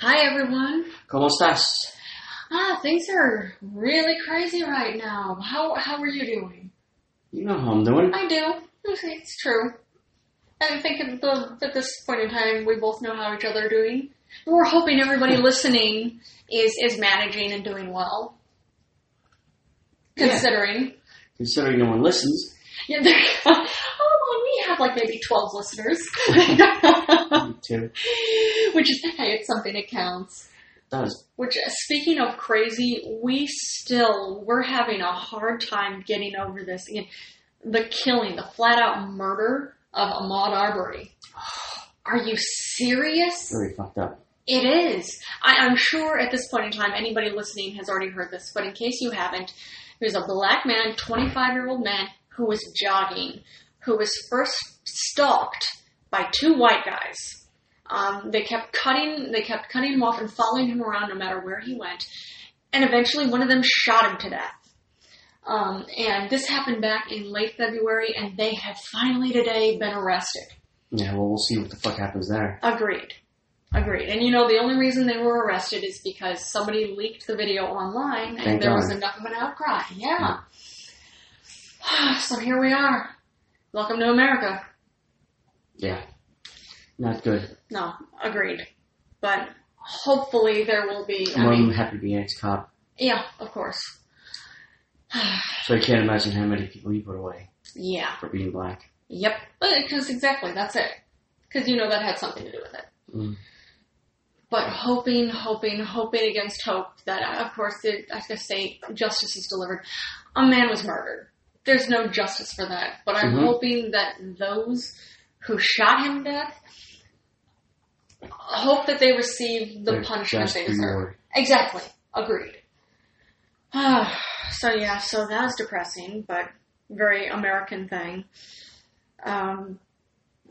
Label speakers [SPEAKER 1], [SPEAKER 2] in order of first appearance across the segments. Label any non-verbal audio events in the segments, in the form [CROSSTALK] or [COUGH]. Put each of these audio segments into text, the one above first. [SPEAKER 1] Hi everyone.
[SPEAKER 2] ¿Cómo estás?
[SPEAKER 1] Ah, things are really crazy right now. How how are you doing?
[SPEAKER 2] You know how I'm doing.
[SPEAKER 1] I do. It's, it's true. I think at, the, at this point in time, we both know how each other are doing. We're hoping everybody listening is is managing and doing well,
[SPEAKER 2] Yeah.
[SPEAKER 1] considering.
[SPEAKER 2] Considering no one listens,
[SPEAKER 1] Yeah. there [LAUGHS] oh, we have like maybe twelve listeners, [LAUGHS] which
[SPEAKER 2] me too.
[SPEAKER 1] is hey, it's something that counts.
[SPEAKER 2] That is,
[SPEAKER 1] Which, uh, speaking of crazy, we still we're having a hard time getting over this. Again, the killing, the flat-out murder of Ahmaud Arbery. Are you serious?
[SPEAKER 2] really fucked up.
[SPEAKER 1] It is. I, I'm sure at this point in time, anybody listening has already heard this, but in case you haven't, there's a black man, 25 year old man, who was jogging, who was first stalked by two white guys. Um, they kept cutting, they kept cutting him off and following him around no matter where he went, and eventually one of them shot him to death. Um, and this happened back in late February, and they have finally today been arrested.
[SPEAKER 2] Yeah, well, we'll see what the fuck happens there.
[SPEAKER 1] Agreed. Agreed. And you know, the only reason they were arrested is because somebody leaked the video online and
[SPEAKER 2] Thank
[SPEAKER 1] there
[SPEAKER 2] God.
[SPEAKER 1] was enough of an outcry. Yeah. [SIGHS] so here we are. Welcome to America.
[SPEAKER 2] Yeah, not good.
[SPEAKER 1] No, agreed. But hopefully there will be. I
[SPEAKER 2] I'm
[SPEAKER 1] mean,
[SPEAKER 2] happy to be an ex-cop,
[SPEAKER 1] yeah, of course. [SIGHS]
[SPEAKER 2] so I can't imagine how many people you put away
[SPEAKER 1] yeah.
[SPEAKER 2] for being black.
[SPEAKER 1] Yep. Because exactly, that's it. Because you know that had something to do with it.
[SPEAKER 2] Mm.
[SPEAKER 1] but hoping, hoping, hoping against hope that, uh, of course, the, I was going to say justice is delivered. A man was murdered. There's no justice for that. But I'm
[SPEAKER 2] Mhm.
[SPEAKER 1] hoping that those who shot him to death hope that they receive the
[SPEAKER 2] They're
[SPEAKER 1] punishment
[SPEAKER 2] just
[SPEAKER 1] they deserve.
[SPEAKER 2] reward.
[SPEAKER 1] Exactly. Agreed. [SIGHS] so yeah, so that was depressing, but very American thing. Um,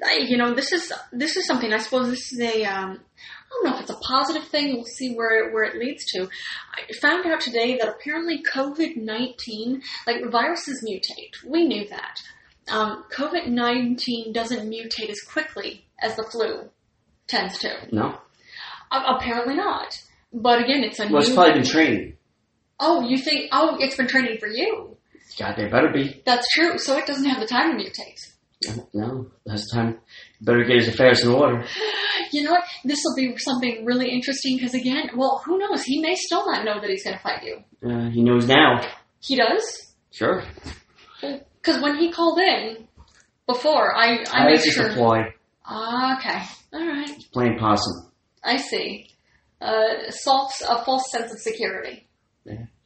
[SPEAKER 1] I, you know, this is this is something. I suppose this is a. Um, I don't know if it's a positive thing. We'll see where where it leads to. I found out today that apparently COVID nineteen, like viruses mutate. We knew that. Um, COVID nineteen doesn't mutate as quickly as the flu tends to.
[SPEAKER 2] No,
[SPEAKER 1] A- apparently not. But again, it's a
[SPEAKER 2] well, it's
[SPEAKER 1] new.
[SPEAKER 2] probably been training.
[SPEAKER 1] Oh, you think? Oh, it's been training for you.
[SPEAKER 2] God, they better be.
[SPEAKER 1] That's true. So it doesn't have the time to mutate.
[SPEAKER 2] No, that's the time. Better get his affairs in order.
[SPEAKER 1] You know what? This will be something really interesting because again, well, who knows? He may still not know that he's going to fight you.
[SPEAKER 2] Uh, he knows now.
[SPEAKER 1] He does.
[SPEAKER 2] Sure.
[SPEAKER 1] Because when he called in before, I I
[SPEAKER 2] Ah,
[SPEAKER 1] made
[SPEAKER 2] it's just
[SPEAKER 1] sure.
[SPEAKER 2] a ploy.
[SPEAKER 1] Ah, okay. All right.
[SPEAKER 2] He's playing possum.
[SPEAKER 1] I see. Uh, solves a false sense of security.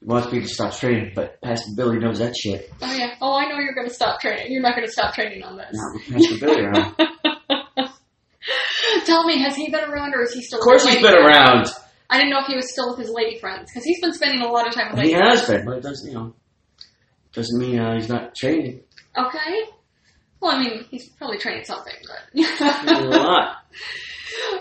[SPEAKER 2] Wants people to stop training, but Pastor Billy knows that shit.
[SPEAKER 1] Oh yeah. Oh, I know you're going to stop training. You're not going to stop training on this.
[SPEAKER 2] Not with Pastor Billy around.
[SPEAKER 1] [LAUGHS] Tell me, has he been around or is he still?
[SPEAKER 2] Of course
[SPEAKER 1] with
[SPEAKER 2] he's
[SPEAKER 1] lady
[SPEAKER 2] been
[SPEAKER 1] friends?
[SPEAKER 2] around.
[SPEAKER 1] I didn't know if he was still with his lady friends because he's been spending a lot of time with
[SPEAKER 2] He
[SPEAKER 1] lady.
[SPEAKER 2] has been, but it doesn't, you know, doesn't mean uh, he's not training
[SPEAKER 1] Okay. Well, I mean, he's probably training something, but [LAUGHS]
[SPEAKER 2] a lot.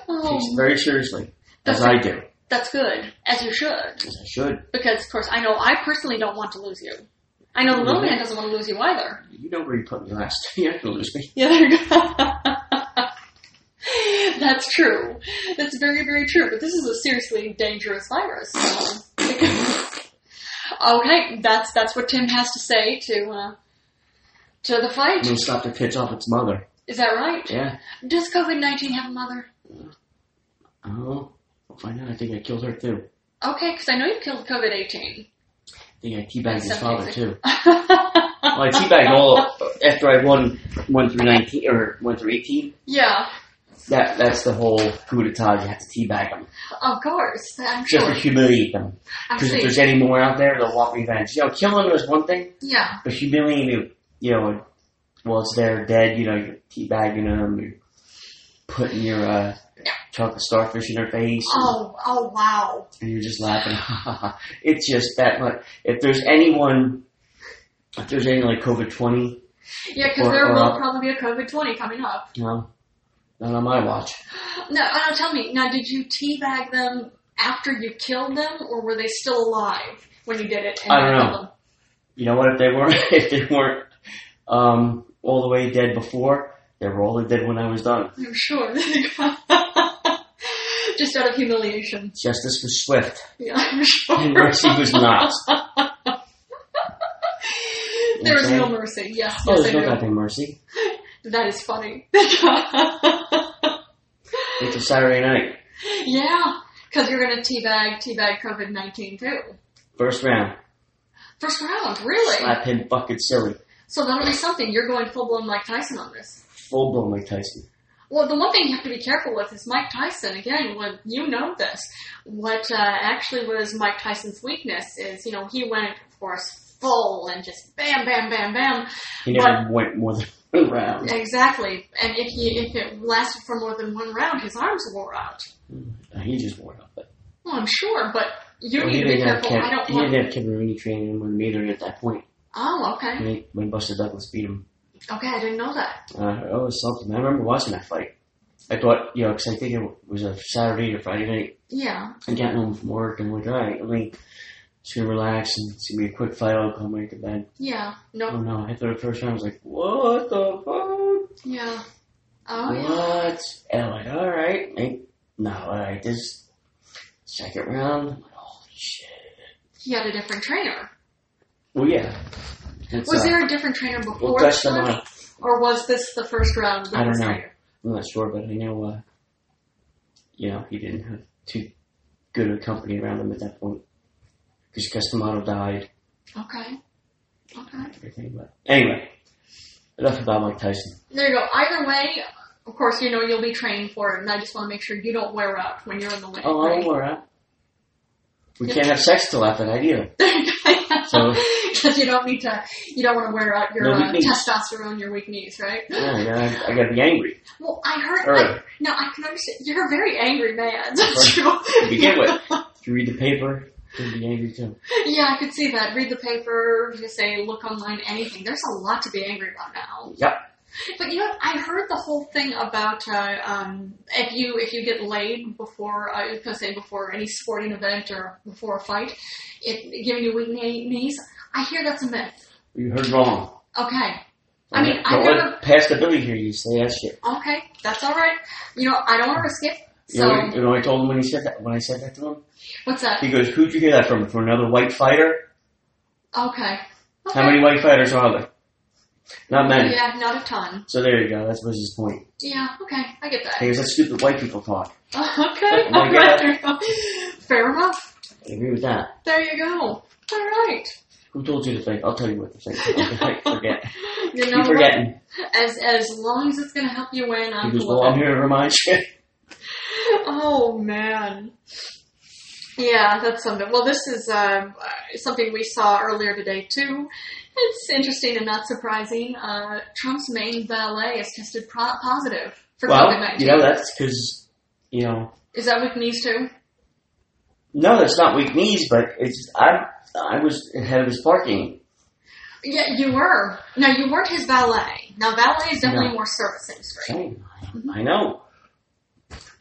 [SPEAKER 1] oh,
[SPEAKER 2] Takes it very seriously, as
[SPEAKER 1] that's,
[SPEAKER 2] I do,
[SPEAKER 1] that's good, as you should,
[SPEAKER 2] as I should.
[SPEAKER 1] because of course I know I personally don't want to lose you. I know the little
[SPEAKER 2] Mm-hmm.
[SPEAKER 1] man doesn't want to lose you either.
[SPEAKER 2] You know where you put me last. [LAUGHS] You're not gonna lose me.
[SPEAKER 1] Yeah, there you go. That's true. That's very, very true. But this is a seriously dangerous virus. so- okay, that's that's what Tim has to say to uh, to the
[SPEAKER 2] I'm
[SPEAKER 1] fight.
[SPEAKER 2] gonna stop the kids off its mother.
[SPEAKER 1] Is that right?
[SPEAKER 2] Yeah.
[SPEAKER 1] Does COVID nineteen have a mother?
[SPEAKER 2] Oh, we'll find out. I think I killed her too.
[SPEAKER 1] Okay, because I know you killed COVID eighteen.
[SPEAKER 2] I think I teabagged his
[SPEAKER 1] That's
[SPEAKER 2] father
[SPEAKER 1] amazing.
[SPEAKER 2] too.
[SPEAKER 1] [LAUGHS]
[SPEAKER 2] Well, I teabagged all after I won one through nineteen or one through eighteen.
[SPEAKER 1] yeah,
[SPEAKER 2] That that's the whole coup d'état. You have to teabag them
[SPEAKER 1] of course. I'm
[SPEAKER 2] just
[SPEAKER 1] sure.
[SPEAKER 2] to humiliate them.
[SPEAKER 1] I
[SPEAKER 2] Because if
[SPEAKER 1] see.
[SPEAKER 2] there's any more out there, they'll want revenge. You know, killing was one thing.
[SPEAKER 1] Yeah,
[SPEAKER 2] But humiliating you, you know, while they're dead, you know, you're teabagging them, you're putting your uh, chocolate starfish in their face,
[SPEAKER 1] Oh, oh wow.
[SPEAKER 2] and you're just laughing. [LAUGHS] it's just that much. If there's anyone, if there's any like COVID 20,
[SPEAKER 1] Yeah, because
[SPEAKER 2] Or-
[SPEAKER 1] there
[SPEAKER 2] or
[SPEAKER 1] will
[SPEAKER 2] up.
[SPEAKER 1] probably be a COVID twenty coming up.
[SPEAKER 2] you know, not on my watch.
[SPEAKER 1] No, oh, no, tell me. Now, did you teabag them after you killed them, or were they still alive when you did it?
[SPEAKER 2] I don't
[SPEAKER 1] you
[SPEAKER 2] know.
[SPEAKER 1] killed them?
[SPEAKER 2] You know what? If they weren't, [LAUGHS] if they weren't um, all the way dead before, they were all dead when I was done.
[SPEAKER 1] I'm sure. [LAUGHS] Just out of humiliation.
[SPEAKER 2] Justice was swift. [LAUGHS]
[SPEAKER 1] Yeah, I'm sure.
[SPEAKER 2] Mercy was
[SPEAKER 1] [LAUGHS]
[SPEAKER 2] not.
[SPEAKER 1] There is no
[SPEAKER 2] Okay.
[SPEAKER 1] mercy. Yes,
[SPEAKER 2] Oh,
[SPEAKER 1] yes, I
[SPEAKER 2] there's no
[SPEAKER 1] know.
[SPEAKER 2] goddamn mercy.
[SPEAKER 1] That is funny. [LAUGHS]
[SPEAKER 2] It's a Saturday night.
[SPEAKER 1] yeah, because you're going to teabag, teabag COVID 19 too.
[SPEAKER 2] First round.
[SPEAKER 1] First round, really?
[SPEAKER 2] Slap him fucking silly.
[SPEAKER 1] So that'll be something. You're going full blown Mike Tyson on this.
[SPEAKER 2] Full blown Mike Tyson.
[SPEAKER 1] Well, the one thing you have to be careful with is Mike Tyson. Again, when you know this, what uh, actually was Mike Tyson's weakness is, you know, he went, of course, full and just bam, bam, bam, bam.
[SPEAKER 2] He never went more than [LAUGHS] one round.
[SPEAKER 1] Exactly. And if he if it lasted for more than one round, his arms wore out.
[SPEAKER 2] Uh, He just wore out. But
[SPEAKER 1] Well, I'm sure, but you
[SPEAKER 2] Well,
[SPEAKER 1] need
[SPEAKER 2] he
[SPEAKER 1] to be
[SPEAKER 2] didn't have
[SPEAKER 1] careful. I
[SPEAKER 2] Kevin,
[SPEAKER 1] don't
[SPEAKER 2] he
[SPEAKER 1] want.
[SPEAKER 2] didn't have Kevin Rooney training him on either at that point.
[SPEAKER 1] Oh, okay.
[SPEAKER 2] When, he, when Buster Douglas beat him,
[SPEAKER 1] Okay, I didn't know that.
[SPEAKER 2] uh, oh, it was something. I remember watching that fight. I thought, you know, because I think it was a Saturday or Friday night.
[SPEAKER 1] Yeah.
[SPEAKER 2] I got home from work and I'm like, all right, let me just gonna relax and it's gonna be a quick fight. I'll come right to bed.
[SPEAKER 1] Yeah.
[SPEAKER 2] Oh
[SPEAKER 1] No.
[SPEAKER 2] no! I thought the first round I was like, what the fuck?
[SPEAKER 1] Yeah. Oh, yeah.
[SPEAKER 2] What? And I'm like, all right, I, no, all right. This second round, I'm like, holy shit.
[SPEAKER 1] He had a different trainer.
[SPEAKER 2] Well, yeah. It's,
[SPEAKER 1] Was
[SPEAKER 2] uh,
[SPEAKER 1] there a different trainer
[SPEAKER 2] We'll
[SPEAKER 1] before
[SPEAKER 2] touch
[SPEAKER 1] this
[SPEAKER 2] them
[SPEAKER 1] one?
[SPEAKER 2] on.
[SPEAKER 1] Or was this the first round with
[SPEAKER 2] I don't
[SPEAKER 1] this
[SPEAKER 2] know.
[SPEAKER 1] trainer?
[SPEAKER 2] I'm not sure, but I know, uh, you know, he didn't have too good a company around him at that point because Customato died.
[SPEAKER 1] Okay. Okay.
[SPEAKER 2] everything. But anyway, enough about Mike Tyson.
[SPEAKER 1] There you go. Either way, of course, you know you'll be training for it, and I just want to make sure you don't wear out when you're in the ring.
[SPEAKER 2] Oh, I
[SPEAKER 1] right?
[SPEAKER 2] don't worry. We can't have sex till after that either.
[SPEAKER 1] [LAUGHS]
[SPEAKER 2] So-
[SPEAKER 1] Because you don't need to, you don't want to wear out your
[SPEAKER 2] No
[SPEAKER 1] uh,
[SPEAKER 2] weak knees.
[SPEAKER 1] testosterone, your weak knees, right?
[SPEAKER 2] Yeah, I gotta, I gotta be angry
[SPEAKER 1] Well, I heard.
[SPEAKER 2] Alright.
[SPEAKER 1] I, no, I can understand. You're a very angry man. [LAUGHS]
[SPEAKER 2] Right.
[SPEAKER 1] That's true.
[SPEAKER 2] to begin with. If you read the paper, you can be angry too.
[SPEAKER 1] Yeah, I could see that. Read the paper, just say, look online, anything. There's a lot to be angry about now.
[SPEAKER 2] Yep.
[SPEAKER 1] But you know, what? I heard the whole thing about uh, um, if you if you get laid before I was gonna say before any sporting event or before a fight, it giving you weak knee- knees. I hear that's a myth.
[SPEAKER 2] You heard wrong.
[SPEAKER 1] Okay. I mean, I
[SPEAKER 2] don't
[SPEAKER 1] never-
[SPEAKER 2] let past ability here. You say that shit.
[SPEAKER 1] Okay, that's all right. You know, I don't want to risk it.
[SPEAKER 2] You, know,
[SPEAKER 1] So
[SPEAKER 2] what- you know, what I told him when he said that. When I said that to him,
[SPEAKER 1] what's that?
[SPEAKER 2] he goes, "Who'd you hear that from? From another white fighter?
[SPEAKER 1] Okay.
[SPEAKER 2] How
[SPEAKER 1] Okay.
[SPEAKER 2] many white fighters are there? Not many.
[SPEAKER 1] Yeah, not a ton.
[SPEAKER 2] So there you go. That was his point.
[SPEAKER 1] Yeah. Okay, I get that.
[SPEAKER 2] He goes, "That's stupid white people talk."
[SPEAKER 1] [LAUGHS] Okay.
[SPEAKER 2] Oh
[SPEAKER 1] all
[SPEAKER 2] my God.
[SPEAKER 1] right. [LAUGHS] Fair enough.
[SPEAKER 2] I agree with that.
[SPEAKER 1] There you go. All right.
[SPEAKER 2] Who told you to think? I'll tell you what to think.
[SPEAKER 1] [LAUGHS]
[SPEAKER 2] Okay, forget.
[SPEAKER 1] You know
[SPEAKER 2] Keep
[SPEAKER 1] what?
[SPEAKER 2] forgetting.
[SPEAKER 1] As as long as it's gonna help you win,
[SPEAKER 2] He
[SPEAKER 1] I'm
[SPEAKER 2] goes,
[SPEAKER 1] cool
[SPEAKER 2] well,
[SPEAKER 1] with
[SPEAKER 2] I'm here to remind you.
[SPEAKER 1] it. Oh man. Yeah, that's something. Well, this is uh, something we saw earlier today too. It's interesting and not surprising. Uh, Trump's main valet is tested pro- positive for COVID
[SPEAKER 2] [LAUGHS] Well, you
[SPEAKER 1] nineteen.
[SPEAKER 2] know, that's because, you know,
[SPEAKER 1] is that with knees too?
[SPEAKER 2] no, that's not weak knees, but it's, I, I was ahead of his parking.
[SPEAKER 1] Yeah, you were. No, you weren't his valet. Now valet is definitely
[SPEAKER 2] No.
[SPEAKER 1] more service industry.
[SPEAKER 2] Same. I know.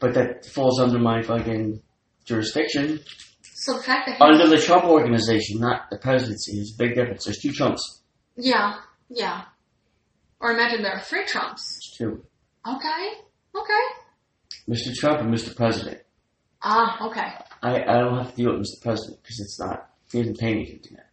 [SPEAKER 2] But that falls under my fucking jurisdiction.
[SPEAKER 1] So the fact that he
[SPEAKER 2] Under the Trump organization, not the presidency. There's a big difference. There's two Trumps.
[SPEAKER 1] Yeah, yeah. Or imagine there are three Trumps.
[SPEAKER 2] There's two.
[SPEAKER 1] Okay, okay.
[SPEAKER 2] Mr. Trump and Mr. President.
[SPEAKER 1] Ah, okay.
[SPEAKER 2] I, I don't have to deal with Mr. President because it's not, he doesn't pay me to do that.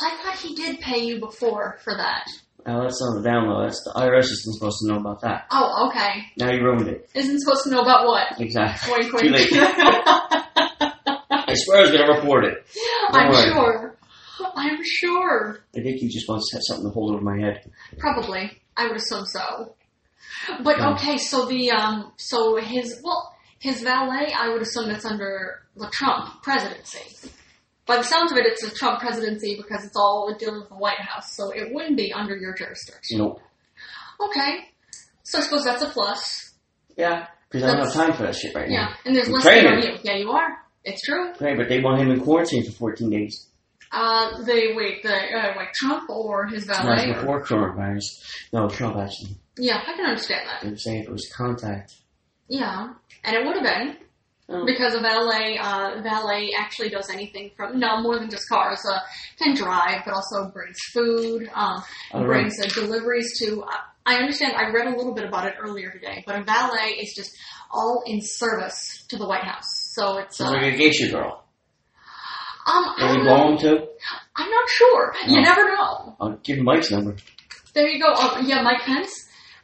[SPEAKER 1] Well, I thought he did pay you before for that.
[SPEAKER 2] Now that's on the down low. That's the IRS isn't supposed to know about that.
[SPEAKER 1] Oh, okay.
[SPEAKER 2] Now you ruined it.
[SPEAKER 1] Isn't supposed to know about what?
[SPEAKER 2] Exactly.
[SPEAKER 1] Wink,
[SPEAKER 2] Too
[SPEAKER 1] wink.
[SPEAKER 2] late. [LAUGHS] I swear I was going to report it.
[SPEAKER 1] I'm
[SPEAKER 2] Don't worry.
[SPEAKER 1] sure. I'm sure.
[SPEAKER 2] I think you just wants to have something to hold over my head.
[SPEAKER 1] Probably. I would assume so. But
[SPEAKER 2] Yeah.
[SPEAKER 1] okay, so the um, so his well, his valet. I would assume that's under the Trump presidency. By the sounds of it, it's the Trump presidency because it's all dealing with the White House, so it wouldn't be under your jurisdiction.
[SPEAKER 2] You know?
[SPEAKER 1] Okay, so I suppose that's a plus.
[SPEAKER 2] Yeah. Because I don't have
[SPEAKER 1] That's-
[SPEAKER 2] time for that shit right
[SPEAKER 1] Yeah, and there's
[SPEAKER 2] You're
[SPEAKER 1] less hate on
[SPEAKER 2] training.
[SPEAKER 1] you. Yeah, you are. It's true.
[SPEAKER 2] now. Okay, but they want him in quarantine for 14 days.
[SPEAKER 1] Uh, they wait, the uh, like Trump or his
[SPEAKER 2] That was
[SPEAKER 1] valet. Or,
[SPEAKER 2] before coronavirus. No, Trump actually.
[SPEAKER 1] yeah, I can understand that.
[SPEAKER 2] They were saying if it was contact.
[SPEAKER 1] Yeah, and it would have been
[SPEAKER 2] Oh.
[SPEAKER 1] because a valet uh, valet actually does anything from no more than just cars. Uh, can drive, but also brings food, um,
[SPEAKER 2] I don't know.
[SPEAKER 1] brings uh, deliveries to. Uh, I understand. I read a little bit about it earlier today, but a valet is just all in service to the White House. So it's
[SPEAKER 2] So
[SPEAKER 1] uh, um,
[SPEAKER 2] like a geisha girl.
[SPEAKER 1] I
[SPEAKER 2] Are we
[SPEAKER 1] don't know.
[SPEAKER 2] going to?
[SPEAKER 1] I'm not sure. You
[SPEAKER 2] No.
[SPEAKER 1] never know.
[SPEAKER 2] I'll give you Mike's number.
[SPEAKER 1] There you go. Oh, yeah, Mike Pence.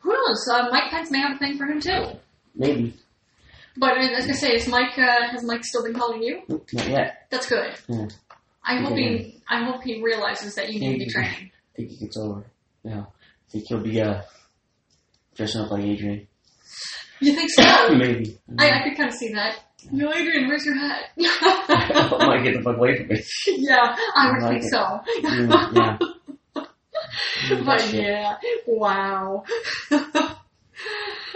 [SPEAKER 1] Who knows? Uh, Mike Pence may have a thing for him too.
[SPEAKER 2] Maybe.
[SPEAKER 1] But uh, I was gonna say, is Mike uh, has Mike still been calling you?
[SPEAKER 2] Nope, Not yet.
[SPEAKER 1] That's good.
[SPEAKER 2] Yeah.
[SPEAKER 1] I hope
[SPEAKER 2] Yeah.
[SPEAKER 1] he I hope he realizes that you need to be
[SPEAKER 2] Yeah.
[SPEAKER 1] training.
[SPEAKER 2] I think he gets over. it now. I think he'll be uh dressing up like Adrian. [COUGHS]
[SPEAKER 1] You think so? I,
[SPEAKER 2] Maybe. [LAUGHS]
[SPEAKER 1] I could kind of see that. Yo, Adrian, where's your hat? [LAUGHS]
[SPEAKER 2] I might get the fuck away from me. [LAUGHS]
[SPEAKER 1] yeah, I would
[SPEAKER 2] I like
[SPEAKER 1] think
[SPEAKER 2] it.
[SPEAKER 1] so.
[SPEAKER 2] Mm, yeah.
[SPEAKER 1] But yeah, wow. [LAUGHS]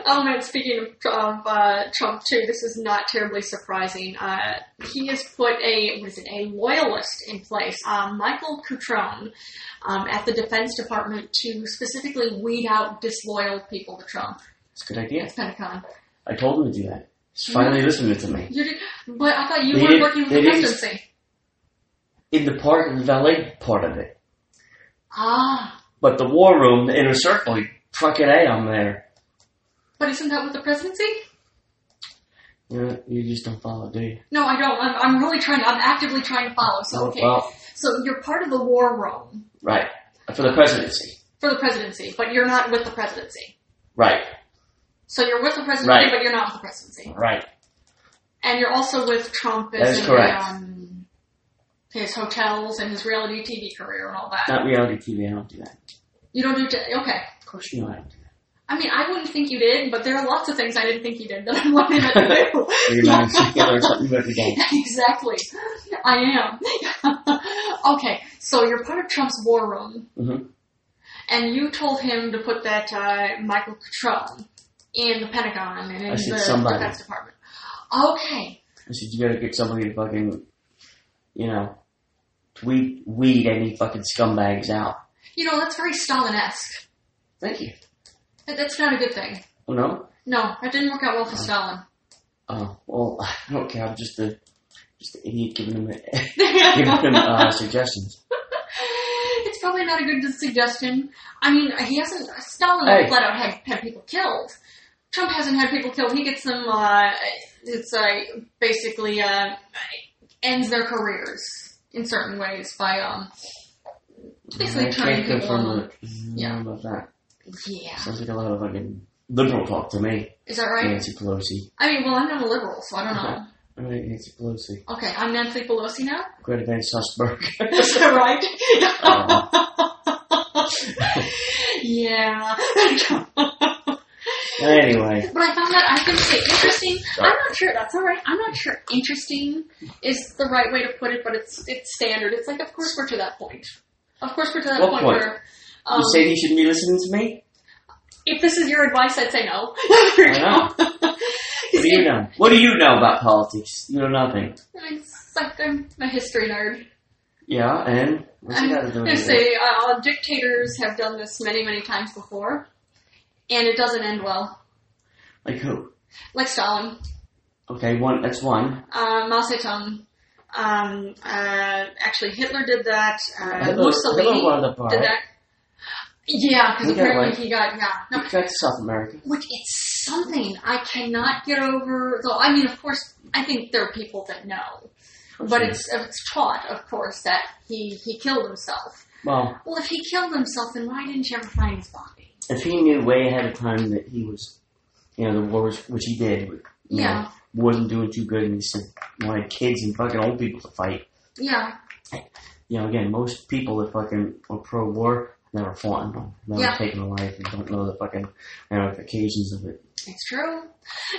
[SPEAKER 1] oh man, speaking of, of uh, Trump too, this is not terribly surprising. Uh, he has put a what is it, a loyalist in place, uh, Michael Cutrone, um, at the Defense Department to specifically weed out disloyal people to Trump.
[SPEAKER 2] It's a good idea.
[SPEAKER 1] It's Pentagon.
[SPEAKER 2] I told him to do that. He's finally listening to me.
[SPEAKER 1] You did, but I thought you
[SPEAKER 2] They
[SPEAKER 1] were
[SPEAKER 2] didn't-
[SPEAKER 1] working with
[SPEAKER 2] they
[SPEAKER 1] the
[SPEAKER 2] didn't-
[SPEAKER 1] presidency.
[SPEAKER 2] In the part, in the valet part of it.
[SPEAKER 1] Ah,
[SPEAKER 2] But the war room, the inner circle, he- fucking A, I'm there.
[SPEAKER 1] but isn't that with the presidency?
[SPEAKER 2] You, know, you just don't follow, do you?
[SPEAKER 1] No, I don't. I'm, I'm really trying. I'm actively trying to follow. So okay.
[SPEAKER 2] Well,
[SPEAKER 1] So you're part of the war room
[SPEAKER 2] right. For the presidency.
[SPEAKER 1] for the presidency, but you're not with the presidency.
[SPEAKER 2] Right.
[SPEAKER 1] So you're with the presidency,
[SPEAKER 2] Right.
[SPEAKER 1] but you're not with the presidency.
[SPEAKER 2] Right.
[SPEAKER 1] And you're also with Trump
[SPEAKER 2] That
[SPEAKER 1] as
[SPEAKER 2] is
[SPEAKER 1] in
[SPEAKER 2] correct.
[SPEAKER 1] um, his hotels and his reality TV career and all that.
[SPEAKER 2] Not reality TV, I don't do that.
[SPEAKER 1] You don't do t- okay.
[SPEAKER 2] Of course you know I don't do
[SPEAKER 1] I mean, I wouldn't think you did, but there are lots of things I didn't think you did that I wanted to do.
[SPEAKER 2] [LAUGHS] that. You're not together or something every day.
[SPEAKER 1] [LAUGHS] exactly. I am. [LAUGHS] okay, so you're part of Trump's war room,
[SPEAKER 2] Mm-hmm.
[SPEAKER 1] and you told him to put that uh, Michael Cutrone in the Pentagon and in
[SPEAKER 2] I said
[SPEAKER 1] the
[SPEAKER 2] somebody.
[SPEAKER 1] Defense Department. Okay.
[SPEAKER 2] I said, you gotta get somebody to fucking, you know, to weed, weed any fucking scumbags out.
[SPEAKER 1] You know, that's very Stalin-esque.
[SPEAKER 2] Thank you.
[SPEAKER 1] That, that's not a good thing.
[SPEAKER 2] Oh, no?
[SPEAKER 1] No, that didn't work out
[SPEAKER 2] Uh-huh.
[SPEAKER 1] well for
[SPEAKER 2] [LAUGHS]
[SPEAKER 1] Stalin.
[SPEAKER 2] Oh, well, [LAUGHS] I don't care. I'm just a, just an idiot giving them, [LAUGHS] giving them [LAUGHS] uh, suggestions.
[SPEAKER 1] it's probably not a good suggestion. I mean, he hasn't. Stalin
[SPEAKER 2] Hey.
[SPEAKER 1] flat out had, had people killed. Trump hasn't had people killed. He gets them. Uh, it's uh, basically uh, ends their careers in certain ways by um. Basically
[SPEAKER 2] I
[SPEAKER 1] turning people
[SPEAKER 2] can't confirm
[SPEAKER 1] on.
[SPEAKER 2] that.
[SPEAKER 1] Yeah.
[SPEAKER 2] Yeah. about that.
[SPEAKER 1] Yeah,
[SPEAKER 2] Sounds like a lot of fucking liberal talk to me.
[SPEAKER 1] is that right?
[SPEAKER 2] Nancy Pelosi.
[SPEAKER 1] I mean, well, I'm not a liberal, so I don't know.
[SPEAKER 2] All right, Nancy Pelosi.
[SPEAKER 1] Okay, I'm Nancy Pelosi now. [LAUGHS]
[SPEAKER 2] Greta Van Sustberg.
[SPEAKER 1] Is that right?
[SPEAKER 2] Uh,
[SPEAKER 1] [LAUGHS] yeah.
[SPEAKER 2] [LAUGHS]
[SPEAKER 1] [LAUGHS]
[SPEAKER 2] anyway.
[SPEAKER 1] But I found that I was going to say interesting. I'm not sure. That's all right. I'm not sure interesting is the right way to put it, but it's it's standard. It's like, of course, we're to that point. Of course, we're to that
[SPEAKER 2] What
[SPEAKER 1] point,
[SPEAKER 2] point?
[SPEAKER 1] where. Um,
[SPEAKER 2] you say he shouldn't be listening to me?
[SPEAKER 1] if this is your advice, I'd say no. [LAUGHS]
[SPEAKER 2] I know. What do you know? What do you know about politics? You know nothing.
[SPEAKER 1] It's like [LAUGHS] I'm a history nerd.
[SPEAKER 2] Yeah, and? What's he
[SPEAKER 1] I'm
[SPEAKER 2] got to do
[SPEAKER 1] going
[SPEAKER 2] with
[SPEAKER 1] to [LAUGHS]
[SPEAKER 2] it?
[SPEAKER 1] say uh, dictators have done this many, many times before, and it doesn't end well.
[SPEAKER 2] Like who?
[SPEAKER 1] Like Stalin,
[SPEAKER 2] Okay, one. that's one.
[SPEAKER 1] uh, Mao Zedong. Um, uh, actually, Hitler did that. Uh,
[SPEAKER 2] Hitler-
[SPEAKER 1] Mussolini.
[SPEAKER 2] Hitler wanted to
[SPEAKER 1] Did
[SPEAKER 2] borrow.
[SPEAKER 1] that? Yeah, because
[SPEAKER 2] He got,
[SPEAKER 1] apparently
[SPEAKER 2] like-
[SPEAKER 1] he got yeah. No,
[SPEAKER 2] He got to South America.
[SPEAKER 1] look, it's something I cannot get over. Though I mean, of course, I think there are people that know, but it's uh, it's taught, of course, that he he killed himself.
[SPEAKER 2] Well,
[SPEAKER 1] Well, if he killed himself, then why didn't you ever find his body?
[SPEAKER 2] if he knew way ahead of time that he was, you know, the war was, which he did, you know,
[SPEAKER 1] Yeah.
[SPEAKER 2] wasn't doing too good and he said wanted kids and fucking old people to fight.
[SPEAKER 1] Yeah,
[SPEAKER 2] You know, again, most people that fucking are pro war never fought in one, never
[SPEAKER 1] Yeah.
[SPEAKER 2] taken a life and don't know the fucking ramifications of it.
[SPEAKER 1] it's true.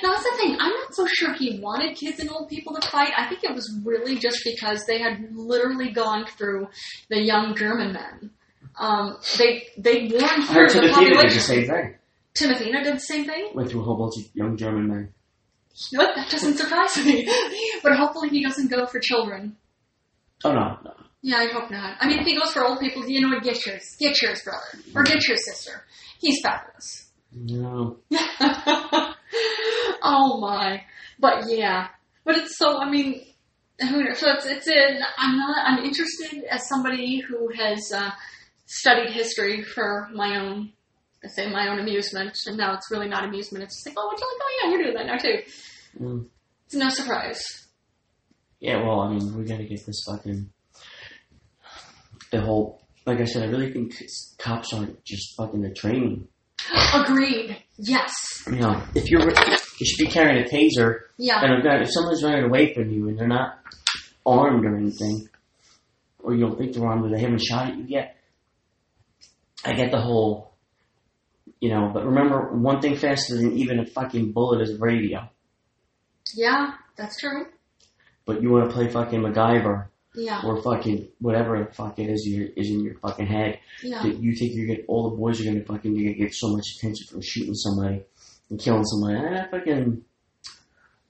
[SPEAKER 1] Now that's the thing. I'm not so sure he wanted kids and old people to fight. I think it was really just because they had literally gone through the young German men. Um, they they warned
[SPEAKER 2] I heard
[SPEAKER 1] through the
[SPEAKER 2] Timothy did
[SPEAKER 1] population.
[SPEAKER 2] the same thing.
[SPEAKER 1] Timothina did the same thing.
[SPEAKER 2] Went through a whole bunch of young German men.
[SPEAKER 1] You know what? That doesn't surprise me. [LAUGHS] but hopefully he doesn't go for children.
[SPEAKER 2] Oh no, no.
[SPEAKER 1] Yeah, I hope not. I mean, if he goes for old people, you know what? Get yours. Get yours, brother. Or get your sister. He's fabulous.
[SPEAKER 2] No.
[SPEAKER 1] [LAUGHS] oh my. But yeah. But it's so, I mean, who knows? So it's, it's in, I'm not, I'm interested as somebody who has uh, studied history for my own I say my own amusement, and now it's really not amusement. It's just like, oh, would you like? Oh yeah, you're doing that now too.
[SPEAKER 2] Mm.
[SPEAKER 1] It's no surprise. [GASPS]
[SPEAKER 2] Yeah, well, I mean, we gotta get this fucking the whole. Like I said, I really think c- cops aren't just fucking the training.
[SPEAKER 1] Agreed. Yes.
[SPEAKER 2] You know, if you're you should be carrying a taser,
[SPEAKER 1] Yeah.
[SPEAKER 2] and a gun. if someone's running away from you and they're not armed or anything, or you don't think they're armed or they haven't shot at you yet, I get the whole. You know, but remember, one thing faster than even a fucking bullet is radio.
[SPEAKER 1] Yeah. That's true.
[SPEAKER 2] But you want to play fucking MacGyver.
[SPEAKER 1] Yeah.
[SPEAKER 2] or fucking whatever the fuck it is you is in your fucking head
[SPEAKER 1] Yeah.
[SPEAKER 2] that you think you're gonna all the boys are gonna fucking you're gonna get so much attention from shooting somebody and killing somebody. And I fucking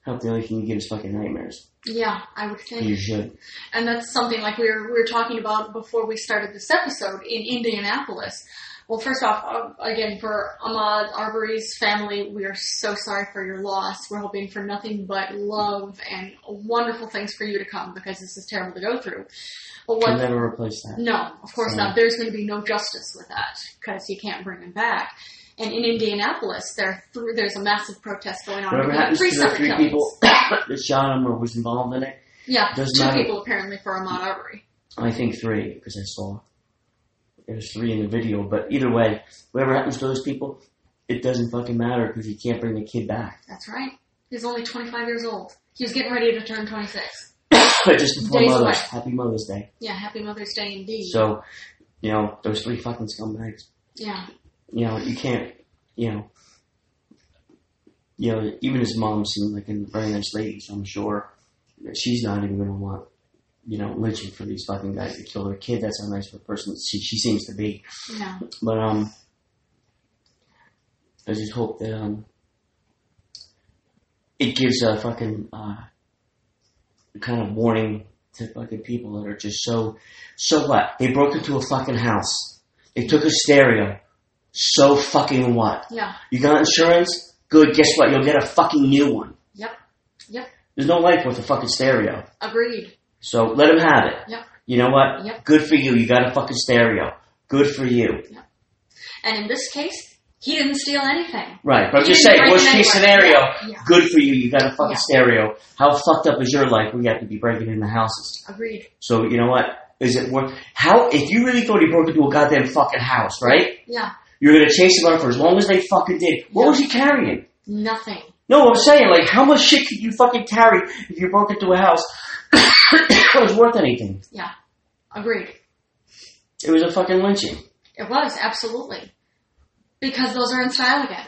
[SPEAKER 2] hope the only thing you get is fucking nightmares.
[SPEAKER 1] Yeah. I would think.
[SPEAKER 2] You should.
[SPEAKER 1] And that's something like we were, we were talking about before we started this episode in Indianapolis. Well, first off, uh, again, for Ahmad Arbery's family, we are so sorry for your loss. We're hoping for nothing but love and wonderful things for you to come because this is terrible to go through. But
[SPEAKER 2] Can Mm.
[SPEAKER 1] what
[SPEAKER 2] never replace that.
[SPEAKER 1] no, of course
[SPEAKER 2] So-
[SPEAKER 1] not. There's going to be no justice with that because you can't bring him back. And in Indianapolis, there are th- there's a massive protest going on.
[SPEAKER 2] Whatever
[SPEAKER 1] There are
[SPEAKER 2] happens to
[SPEAKER 1] three
[SPEAKER 2] the
[SPEAKER 1] separate
[SPEAKER 2] three
[SPEAKER 1] killings.
[SPEAKER 2] people that shot him or was involved in it,
[SPEAKER 1] Yeah,
[SPEAKER 2] Doesn't
[SPEAKER 1] two
[SPEAKER 2] matter.
[SPEAKER 1] people apparently for Ahmad Arbery.
[SPEAKER 2] I think three because I saw it was three in the video. But either way, whatever happens to those people, it doesn't fucking matter because you can't bring the kid back. [COUGHS]
[SPEAKER 1] That's right. He's only 25 years old. He was getting ready to turn 26.
[SPEAKER 2] But just before
[SPEAKER 1] Days
[SPEAKER 2] Mother's,
[SPEAKER 1] away.
[SPEAKER 2] Happy Mother's Day.
[SPEAKER 1] Yeah, happy Mother's Day indeed.
[SPEAKER 2] So, you know, those three fucking scumbags.
[SPEAKER 1] yeah,
[SPEAKER 2] You know, you can't, you know, you know, even his mom seemed like a very nice lady, so I'm sure that she's not even gonna want, you know, lynching for these fucking guys that killed her kid. That's how nice of a person she, she seems to be.
[SPEAKER 1] yeah,
[SPEAKER 2] But, um, I just hope that, um, it gives a fucking, uh, kind of warning to fucking people that are just so, so what? They broke into a fucking house. They took a stereo. So fucking what?
[SPEAKER 1] yeah,
[SPEAKER 2] You got insurance? Good, guess what? You'll get a fucking new one.
[SPEAKER 1] yep,
[SPEAKER 2] There's no life worth a fucking stereo.
[SPEAKER 1] agreed.
[SPEAKER 2] So let him have it.
[SPEAKER 1] Yep.
[SPEAKER 2] You know what?
[SPEAKER 1] Yep.
[SPEAKER 2] Good for you. You got a fucking stereo. Good for you.
[SPEAKER 1] And in this case, he didn't steal anything.
[SPEAKER 2] Right, but I'm
[SPEAKER 1] He
[SPEAKER 2] just
[SPEAKER 1] didn't
[SPEAKER 2] saying,
[SPEAKER 1] break
[SPEAKER 2] worst
[SPEAKER 1] in
[SPEAKER 2] case
[SPEAKER 1] anyway.
[SPEAKER 2] scenario,
[SPEAKER 1] Yeah, yeah,
[SPEAKER 2] good for you, you got a fucking
[SPEAKER 1] Yeah.
[SPEAKER 2] stereo. How fucked up is your life? We have to be breaking into houses.
[SPEAKER 1] agreed.
[SPEAKER 2] So, you know what? Is it worth, how, if you really thought he broke into a goddamn fucking house, right?
[SPEAKER 1] Yeah,
[SPEAKER 2] You're gonna chase him around for as long as they fucking did. What
[SPEAKER 1] Yeah.
[SPEAKER 2] was he carrying?
[SPEAKER 1] nothing.
[SPEAKER 2] No, I'm saying, like, how much shit could you fucking carry if you broke into a house [COUGHS] that was worth anything?
[SPEAKER 1] Agreed.
[SPEAKER 2] It was a fucking lynching.
[SPEAKER 1] It was, absolutely. Because those are in style again.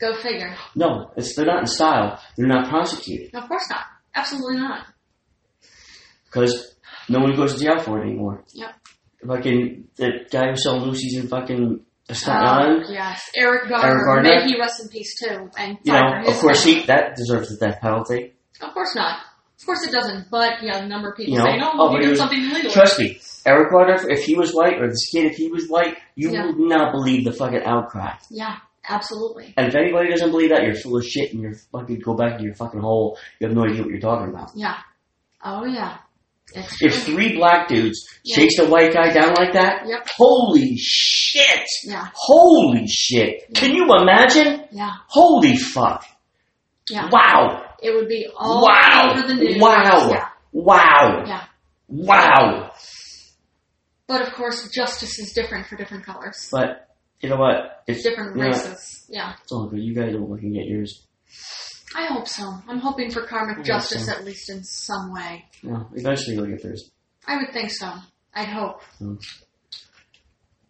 [SPEAKER 1] Go figure.
[SPEAKER 2] No, it's, they're not in style. They're not prosecuted.
[SPEAKER 1] Of course not. Absolutely not.
[SPEAKER 2] Because no one goes to jail for it anymore.
[SPEAKER 1] Yep.
[SPEAKER 2] Fucking the guy who sold Lucy's in fucking Staten
[SPEAKER 1] Um,
[SPEAKER 2] Island.
[SPEAKER 1] yes. Eric Garner,
[SPEAKER 2] Eric Garner.
[SPEAKER 1] May he rest in peace too. And
[SPEAKER 2] You
[SPEAKER 1] fire
[SPEAKER 2] know,
[SPEAKER 1] his
[SPEAKER 2] of course,
[SPEAKER 1] family.
[SPEAKER 2] he that deserves the death penalty.
[SPEAKER 1] Of course not. Of course it doesn't. But yeah, a number of people
[SPEAKER 2] You know,
[SPEAKER 1] saying, "Oh,
[SPEAKER 2] oh,
[SPEAKER 1] well,
[SPEAKER 2] but
[SPEAKER 1] you
[SPEAKER 2] he
[SPEAKER 1] did
[SPEAKER 2] was-
[SPEAKER 1] something illegal."
[SPEAKER 2] Trust me, Eric Garner, if he was white, or this kid, if he was white, you
[SPEAKER 1] Yeah.
[SPEAKER 2] would not believe the fucking outcry.
[SPEAKER 1] yeah, absolutely.
[SPEAKER 2] And if anybody doesn't believe that, you're full of shit, and you're fucking go back to your fucking hole. You have no idea what you're talking about.
[SPEAKER 1] Yeah. Oh yeah. It's true.
[SPEAKER 2] If three black dudes
[SPEAKER 1] Yeah.
[SPEAKER 2] shakes a white guy down like that,
[SPEAKER 1] Yep.
[SPEAKER 2] holy shit!
[SPEAKER 1] Yeah.
[SPEAKER 2] Holy shit!
[SPEAKER 1] Yeah.
[SPEAKER 2] Can you imagine?
[SPEAKER 1] Yeah.
[SPEAKER 2] Holy fuck!
[SPEAKER 1] Yeah.
[SPEAKER 2] Wow!
[SPEAKER 1] It would be all
[SPEAKER 2] Wow.
[SPEAKER 1] over the news.
[SPEAKER 2] Wow.
[SPEAKER 1] Yeah.
[SPEAKER 2] Wow!
[SPEAKER 1] Yeah.
[SPEAKER 2] Wow!
[SPEAKER 1] But of course, justice is different for different colors,
[SPEAKER 2] But you know what? It's,
[SPEAKER 1] different
[SPEAKER 2] Yeah.
[SPEAKER 1] races. Yeah.
[SPEAKER 2] it's all good. You guys will fucking get yours.
[SPEAKER 1] I hope so. I'm hoping for karmic
[SPEAKER 2] hope
[SPEAKER 1] justice
[SPEAKER 2] so.
[SPEAKER 1] at least in some way.
[SPEAKER 2] No, eventually you'll get yours.
[SPEAKER 1] I would think so. I'd hope.
[SPEAKER 2] Hmm.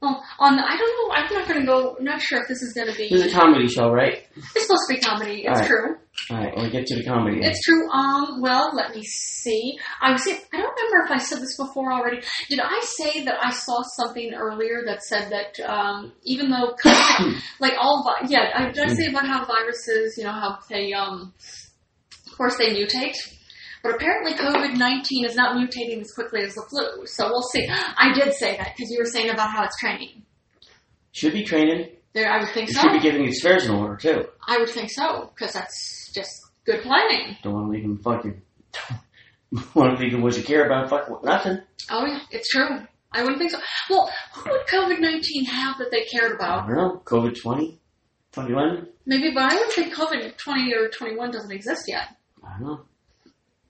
[SPEAKER 1] Well, on the, I don't know. I'm not going to go. Not sure if this is going to be.
[SPEAKER 2] This is a comedy show, right?
[SPEAKER 1] It's supposed to be comedy. It's
[SPEAKER 2] Alright.
[SPEAKER 1] true.
[SPEAKER 2] All right, we'll get to the comedy.
[SPEAKER 1] It's true. Um. Well, let me see. I was. I don't remember if I said this before already. Did I say that I saw something earlier that said that um, even though [COUGHS] like all vi- yeah, I, did I say about how viruses, you know, how they um, of course they mutate. But apparently, COVID nineteen is not mutating as quickly as the flu, so we'll see. I did say that because you were saying about how it's training.
[SPEAKER 2] should be training.
[SPEAKER 1] There, I would think
[SPEAKER 2] You [LAUGHS]
[SPEAKER 1] so.
[SPEAKER 2] should be giving its fares in order too.
[SPEAKER 1] I would think so because that's just good planning.
[SPEAKER 2] Don't want to leave him [LAUGHS] fucking. Don't want to leave him what you care about. Fuck nothing.
[SPEAKER 1] Oh yeah, it's true. I wouldn't think so. Well, who would COVID nineteen have that they cared
[SPEAKER 2] I
[SPEAKER 1] about?
[SPEAKER 2] don't know. COVID 20? 21?
[SPEAKER 1] Maybe, but I would say COVID twenty or twenty one doesn't exist yet.
[SPEAKER 2] I don't know.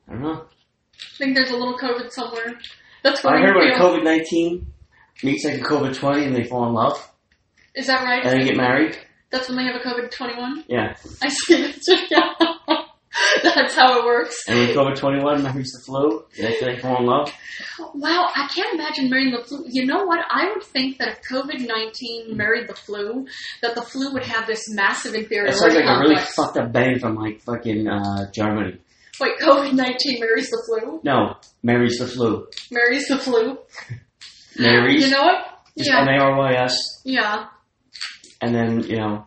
[SPEAKER 2] I don't know.
[SPEAKER 1] I think there's a little COVID somewhere. That's
[SPEAKER 2] I
[SPEAKER 1] going
[SPEAKER 2] heard
[SPEAKER 1] to
[SPEAKER 2] when COVID 19 meets like a COVID 20 and they fall in love
[SPEAKER 1] Is that right?
[SPEAKER 2] and they get married.
[SPEAKER 1] That's when they have a COVID twenty one.
[SPEAKER 2] Yeah.
[SPEAKER 1] I see. [LAUGHS] That's, yeah. That's how it works.
[SPEAKER 2] And when COVID 21 marries the flu, they, they fall in love.
[SPEAKER 1] Wow, I can't imagine marrying the flu. You know what? I would think that if COVID nineteen married the flu, that the flu would have this massive inferiority
[SPEAKER 2] That sounds like a really
[SPEAKER 1] complex.
[SPEAKER 2] fucked up band from like fucking uh, Germany.
[SPEAKER 1] Wait, COVID nineteen marries the flu?
[SPEAKER 2] No, marries the flu.
[SPEAKER 1] Marries the flu?
[SPEAKER 2] Marries.
[SPEAKER 1] You know what?
[SPEAKER 2] just
[SPEAKER 1] Yeah,
[SPEAKER 2] M-A-R-Y-S,
[SPEAKER 1] yeah,
[SPEAKER 2] and then, you know,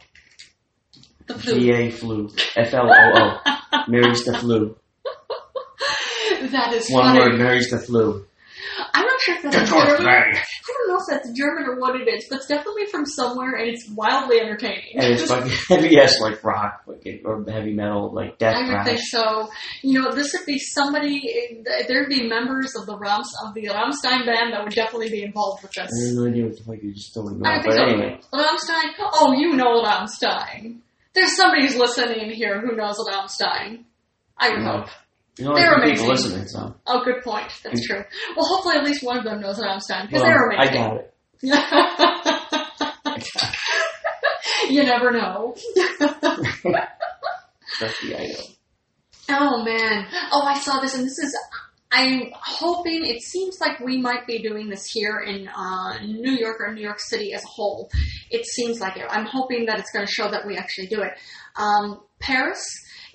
[SPEAKER 1] the flu.
[SPEAKER 2] V-A flu. F-L-O-O. marries the flu.
[SPEAKER 1] [LAUGHS] That is
[SPEAKER 2] One
[SPEAKER 1] funny.
[SPEAKER 2] word, marries the flu.
[SPEAKER 1] I'm not sure if that's German. I don't know if that's German or what it is, but it's definitely from somewhere, and it's wildly entertaining.
[SPEAKER 2] And it's fucking [LAUGHS] heavy ass like rock, fucking, or heavy metal, like death
[SPEAKER 1] [LAUGHS] I would
[SPEAKER 2] thrash.
[SPEAKER 1] think so. You know, this would be somebody. There'd be members of the Rams of the Rammstein band that would definitely be involved with
[SPEAKER 2] I have
[SPEAKER 1] this.
[SPEAKER 2] no idea what the fuck you're just talking
[SPEAKER 1] I
[SPEAKER 2] about.
[SPEAKER 1] don't think
[SPEAKER 2] But
[SPEAKER 1] so.
[SPEAKER 2] anyway,
[SPEAKER 1] Rammstein. Oh, you know Rammstein. There's somebody who's listening here who knows Rammstein. I would
[SPEAKER 2] Yeah.
[SPEAKER 1] hope.
[SPEAKER 2] you know,
[SPEAKER 1] They're
[SPEAKER 2] like, people
[SPEAKER 1] amazing.
[SPEAKER 2] listening, so.
[SPEAKER 1] Oh, good point. That's true. Well, hopefully, at least one of them knows Rammstein because
[SPEAKER 2] Mm. Well,
[SPEAKER 1] they're
[SPEAKER 2] I
[SPEAKER 1] amazing.
[SPEAKER 2] doubt it.
[SPEAKER 1] [LAUGHS] you never know.
[SPEAKER 2] That's the idea.
[SPEAKER 1] Oh man. Oh, I saw this, and this is. I'm hoping it seems like we might be doing this here in uh, New York or New York City as a whole. It seems like it. I'm hoping that it's going to show that we actually do it. Um, Paris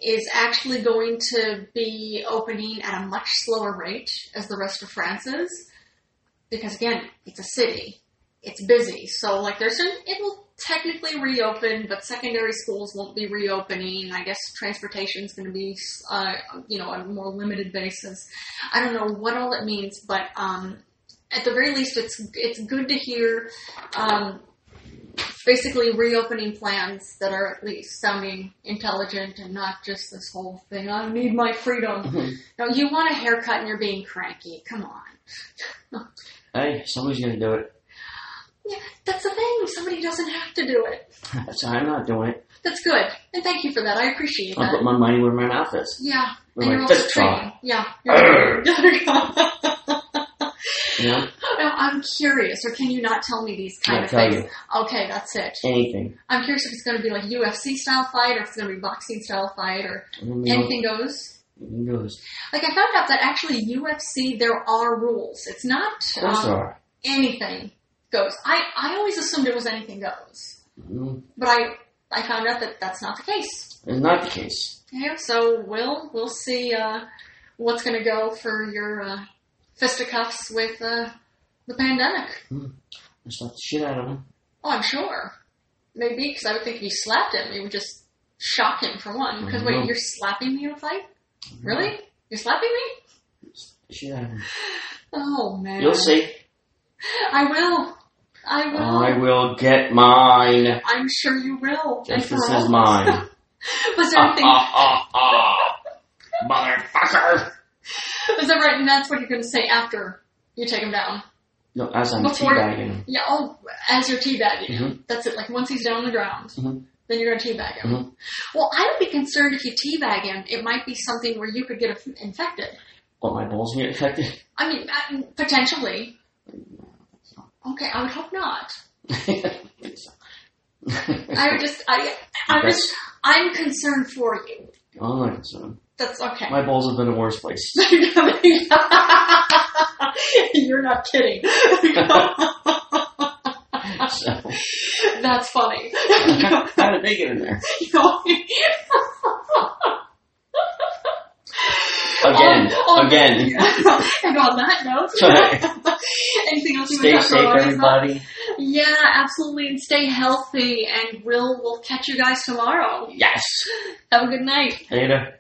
[SPEAKER 1] is actually going to be opening at a much slower rate as the rest of France is, because again, it's a city. It's busy, so like there's an, it will technically reopen, but secondary schools won't be reopening. I guess transportation is going to be, uh, you know, on a more limited basis. I don't know what all it means, but um, at the very least, it's it's good to hear um, basically reopening plans that are at least sounding intelligent and not just this whole thing. I need my freedom. No, you want a haircut and you're being cranky. Come on.
[SPEAKER 2] hey, somebody's gonna do it.
[SPEAKER 1] That's the thing. Somebody doesn't have to do it.
[SPEAKER 2] So I'm not doing it.
[SPEAKER 1] That's good. And thank you for that. I appreciate
[SPEAKER 2] I'll put
[SPEAKER 1] that.
[SPEAKER 2] my money where my mouth is.
[SPEAKER 1] Yeah.
[SPEAKER 2] With
[SPEAKER 1] and
[SPEAKER 2] my
[SPEAKER 1] you're also
[SPEAKER 2] fist
[SPEAKER 1] training.
[SPEAKER 2] trunk.
[SPEAKER 1] Yeah.
[SPEAKER 2] [CLEARS THROAT] Arr.
[SPEAKER 1] now,
[SPEAKER 2] You know?
[SPEAKER 1] [LAUGHS] I'm curious, or can you not tell me these kind
[SPEAKER 2] Can't
[SPEAKER 1] of
[SPEAKER 2] tell
[SPEAKER 1] things?
[SPEAKER 2] you
[SPEAKER 1] Okay, that's it.
[SPEAKER 2] anything.
[SPEAKER 1] I'm curious if it's going to be like UFC style fight, or if it's going to be boxing style fight, or
[SPEAKER 2] I don't know.
[SPEAKER 1] anything goes.
[SPEAKER 2] Anything goes.
[SPEAKER 1] Like I found out that actually UFC there are rules. It's not
[SPEAKER 2] Of course there
[SPEAKER 1] um,
[SPEAKER 2] are.
[SPEAKER 1] anything goes. I I always assumed it was anything goes,
[SPEAKER 2] Mm,
[SPEAKER 1] but I I found out that that's not the case.
[SPEAKER 2] It's not the case.
[SPEAKER 1] Yeah, so we'll we'll see uh, what's going to go for your uh, fisticuffs with uh, the pandemic.
[SPEAKER 2] I slapped the shit out of him.
[SPEAKER 1] Oh, I'm sure. Maybe because I would think if you slapped him, it would just shock him for one. Because
[SPEAKER 2] Mhm.
[SPEAKER 1] wait, you're slapping me in a fight? Really? You're slapping me?
[SPEAKER 2] Shit out of him.
[SPEAKER 1] Oh man.
[SPEAKER 2] You'll see.
[SPEAKER 1] I will. I will.
[SPEAKER 2] I will get mine.
[SPEAKER 1] I'm sure you will. And
[SPEAKER 2] Yes,
[SPEAKER 1] for
[SPEAKER 2] this
[SPEAKER 1] all
[SPEAKER 2] is
[SPEAKER 1] of [LAUGHS]
[SPEAKER 2] mine.
[SPEAKER 1] us. was there
[SPEAKER 2] Ah,
[SPEAKER 1] anything?
[SPEAKER 2] ah, ah, ah. Motherfucker.
[SPEAKER 1] Was that right? And that's what you're going to say after you take him down.
[SPEAKER 2] No, as I'm
[SPEAKER 1] Before-
[SPEAKER 2] teabagging him.
[SPEAKER 1] Yeah. Oh, as you're teabagging him.
[SPEAKER 2] Mhm.
[SPEAKER 1] That's it. Like once he's down on the ground,
[SPEAKER 2] Mhm.
[SPEAKER 1] then you're going to teabag him.
[SPEAKER 2] Mhm.
[SPEAKER 1] Well, I would be concerned if you teabag him. It might be something where you could get inf- infected.
[SPEAKER 2] What, my balls get [LAUGHS] infected?
[SPEAKER 1] I mean, I, potentially. Okay, I would hope not. I would just, I, I'm
[SPEAKER 2] That's-
[SPEAKER 1] just, I'm concerned for you.
[SPEAKER 2] I'm not concerned.
[SPEAKER 1] That's okay. [LAUGHS]
[SPEAKER 2] My balls have been in worse places.
[SPEAKER 1] You're not kidding.
[SPEAKER 2] [LAUGHS]
[SPEAKER 1] [LAUGHS]
[SPEAKER 2] So,
[SPEAKER 1] That's funny. [LAUGHS]
[SPEAKER 2] [LAUGHS] how did they get in there? Again,
[SPEAKER 1] On- on- [LAUGHS]
[SPEAKER 2] again.
[SPEAKER 1] Oh, and on that note,
[SPEAKER 2] Sorry.
[SPEAKER 1] [LAUGHS] anything else you
[SPEAKER 2] Stay
[SPEAKER 1] want to talk
[SPEAKER 2] safe,
[SPEAKER 1] about?
[SPEAKER 2] everybody.
[SPEAKER 1] Yeah, absolutely, and stay healthy. And we'll we'll catch you guys tomorrow.
[SPEAKER 2] Yes.
[SPEAKER 1] Have a good night.
[SPEAKER 2] Later.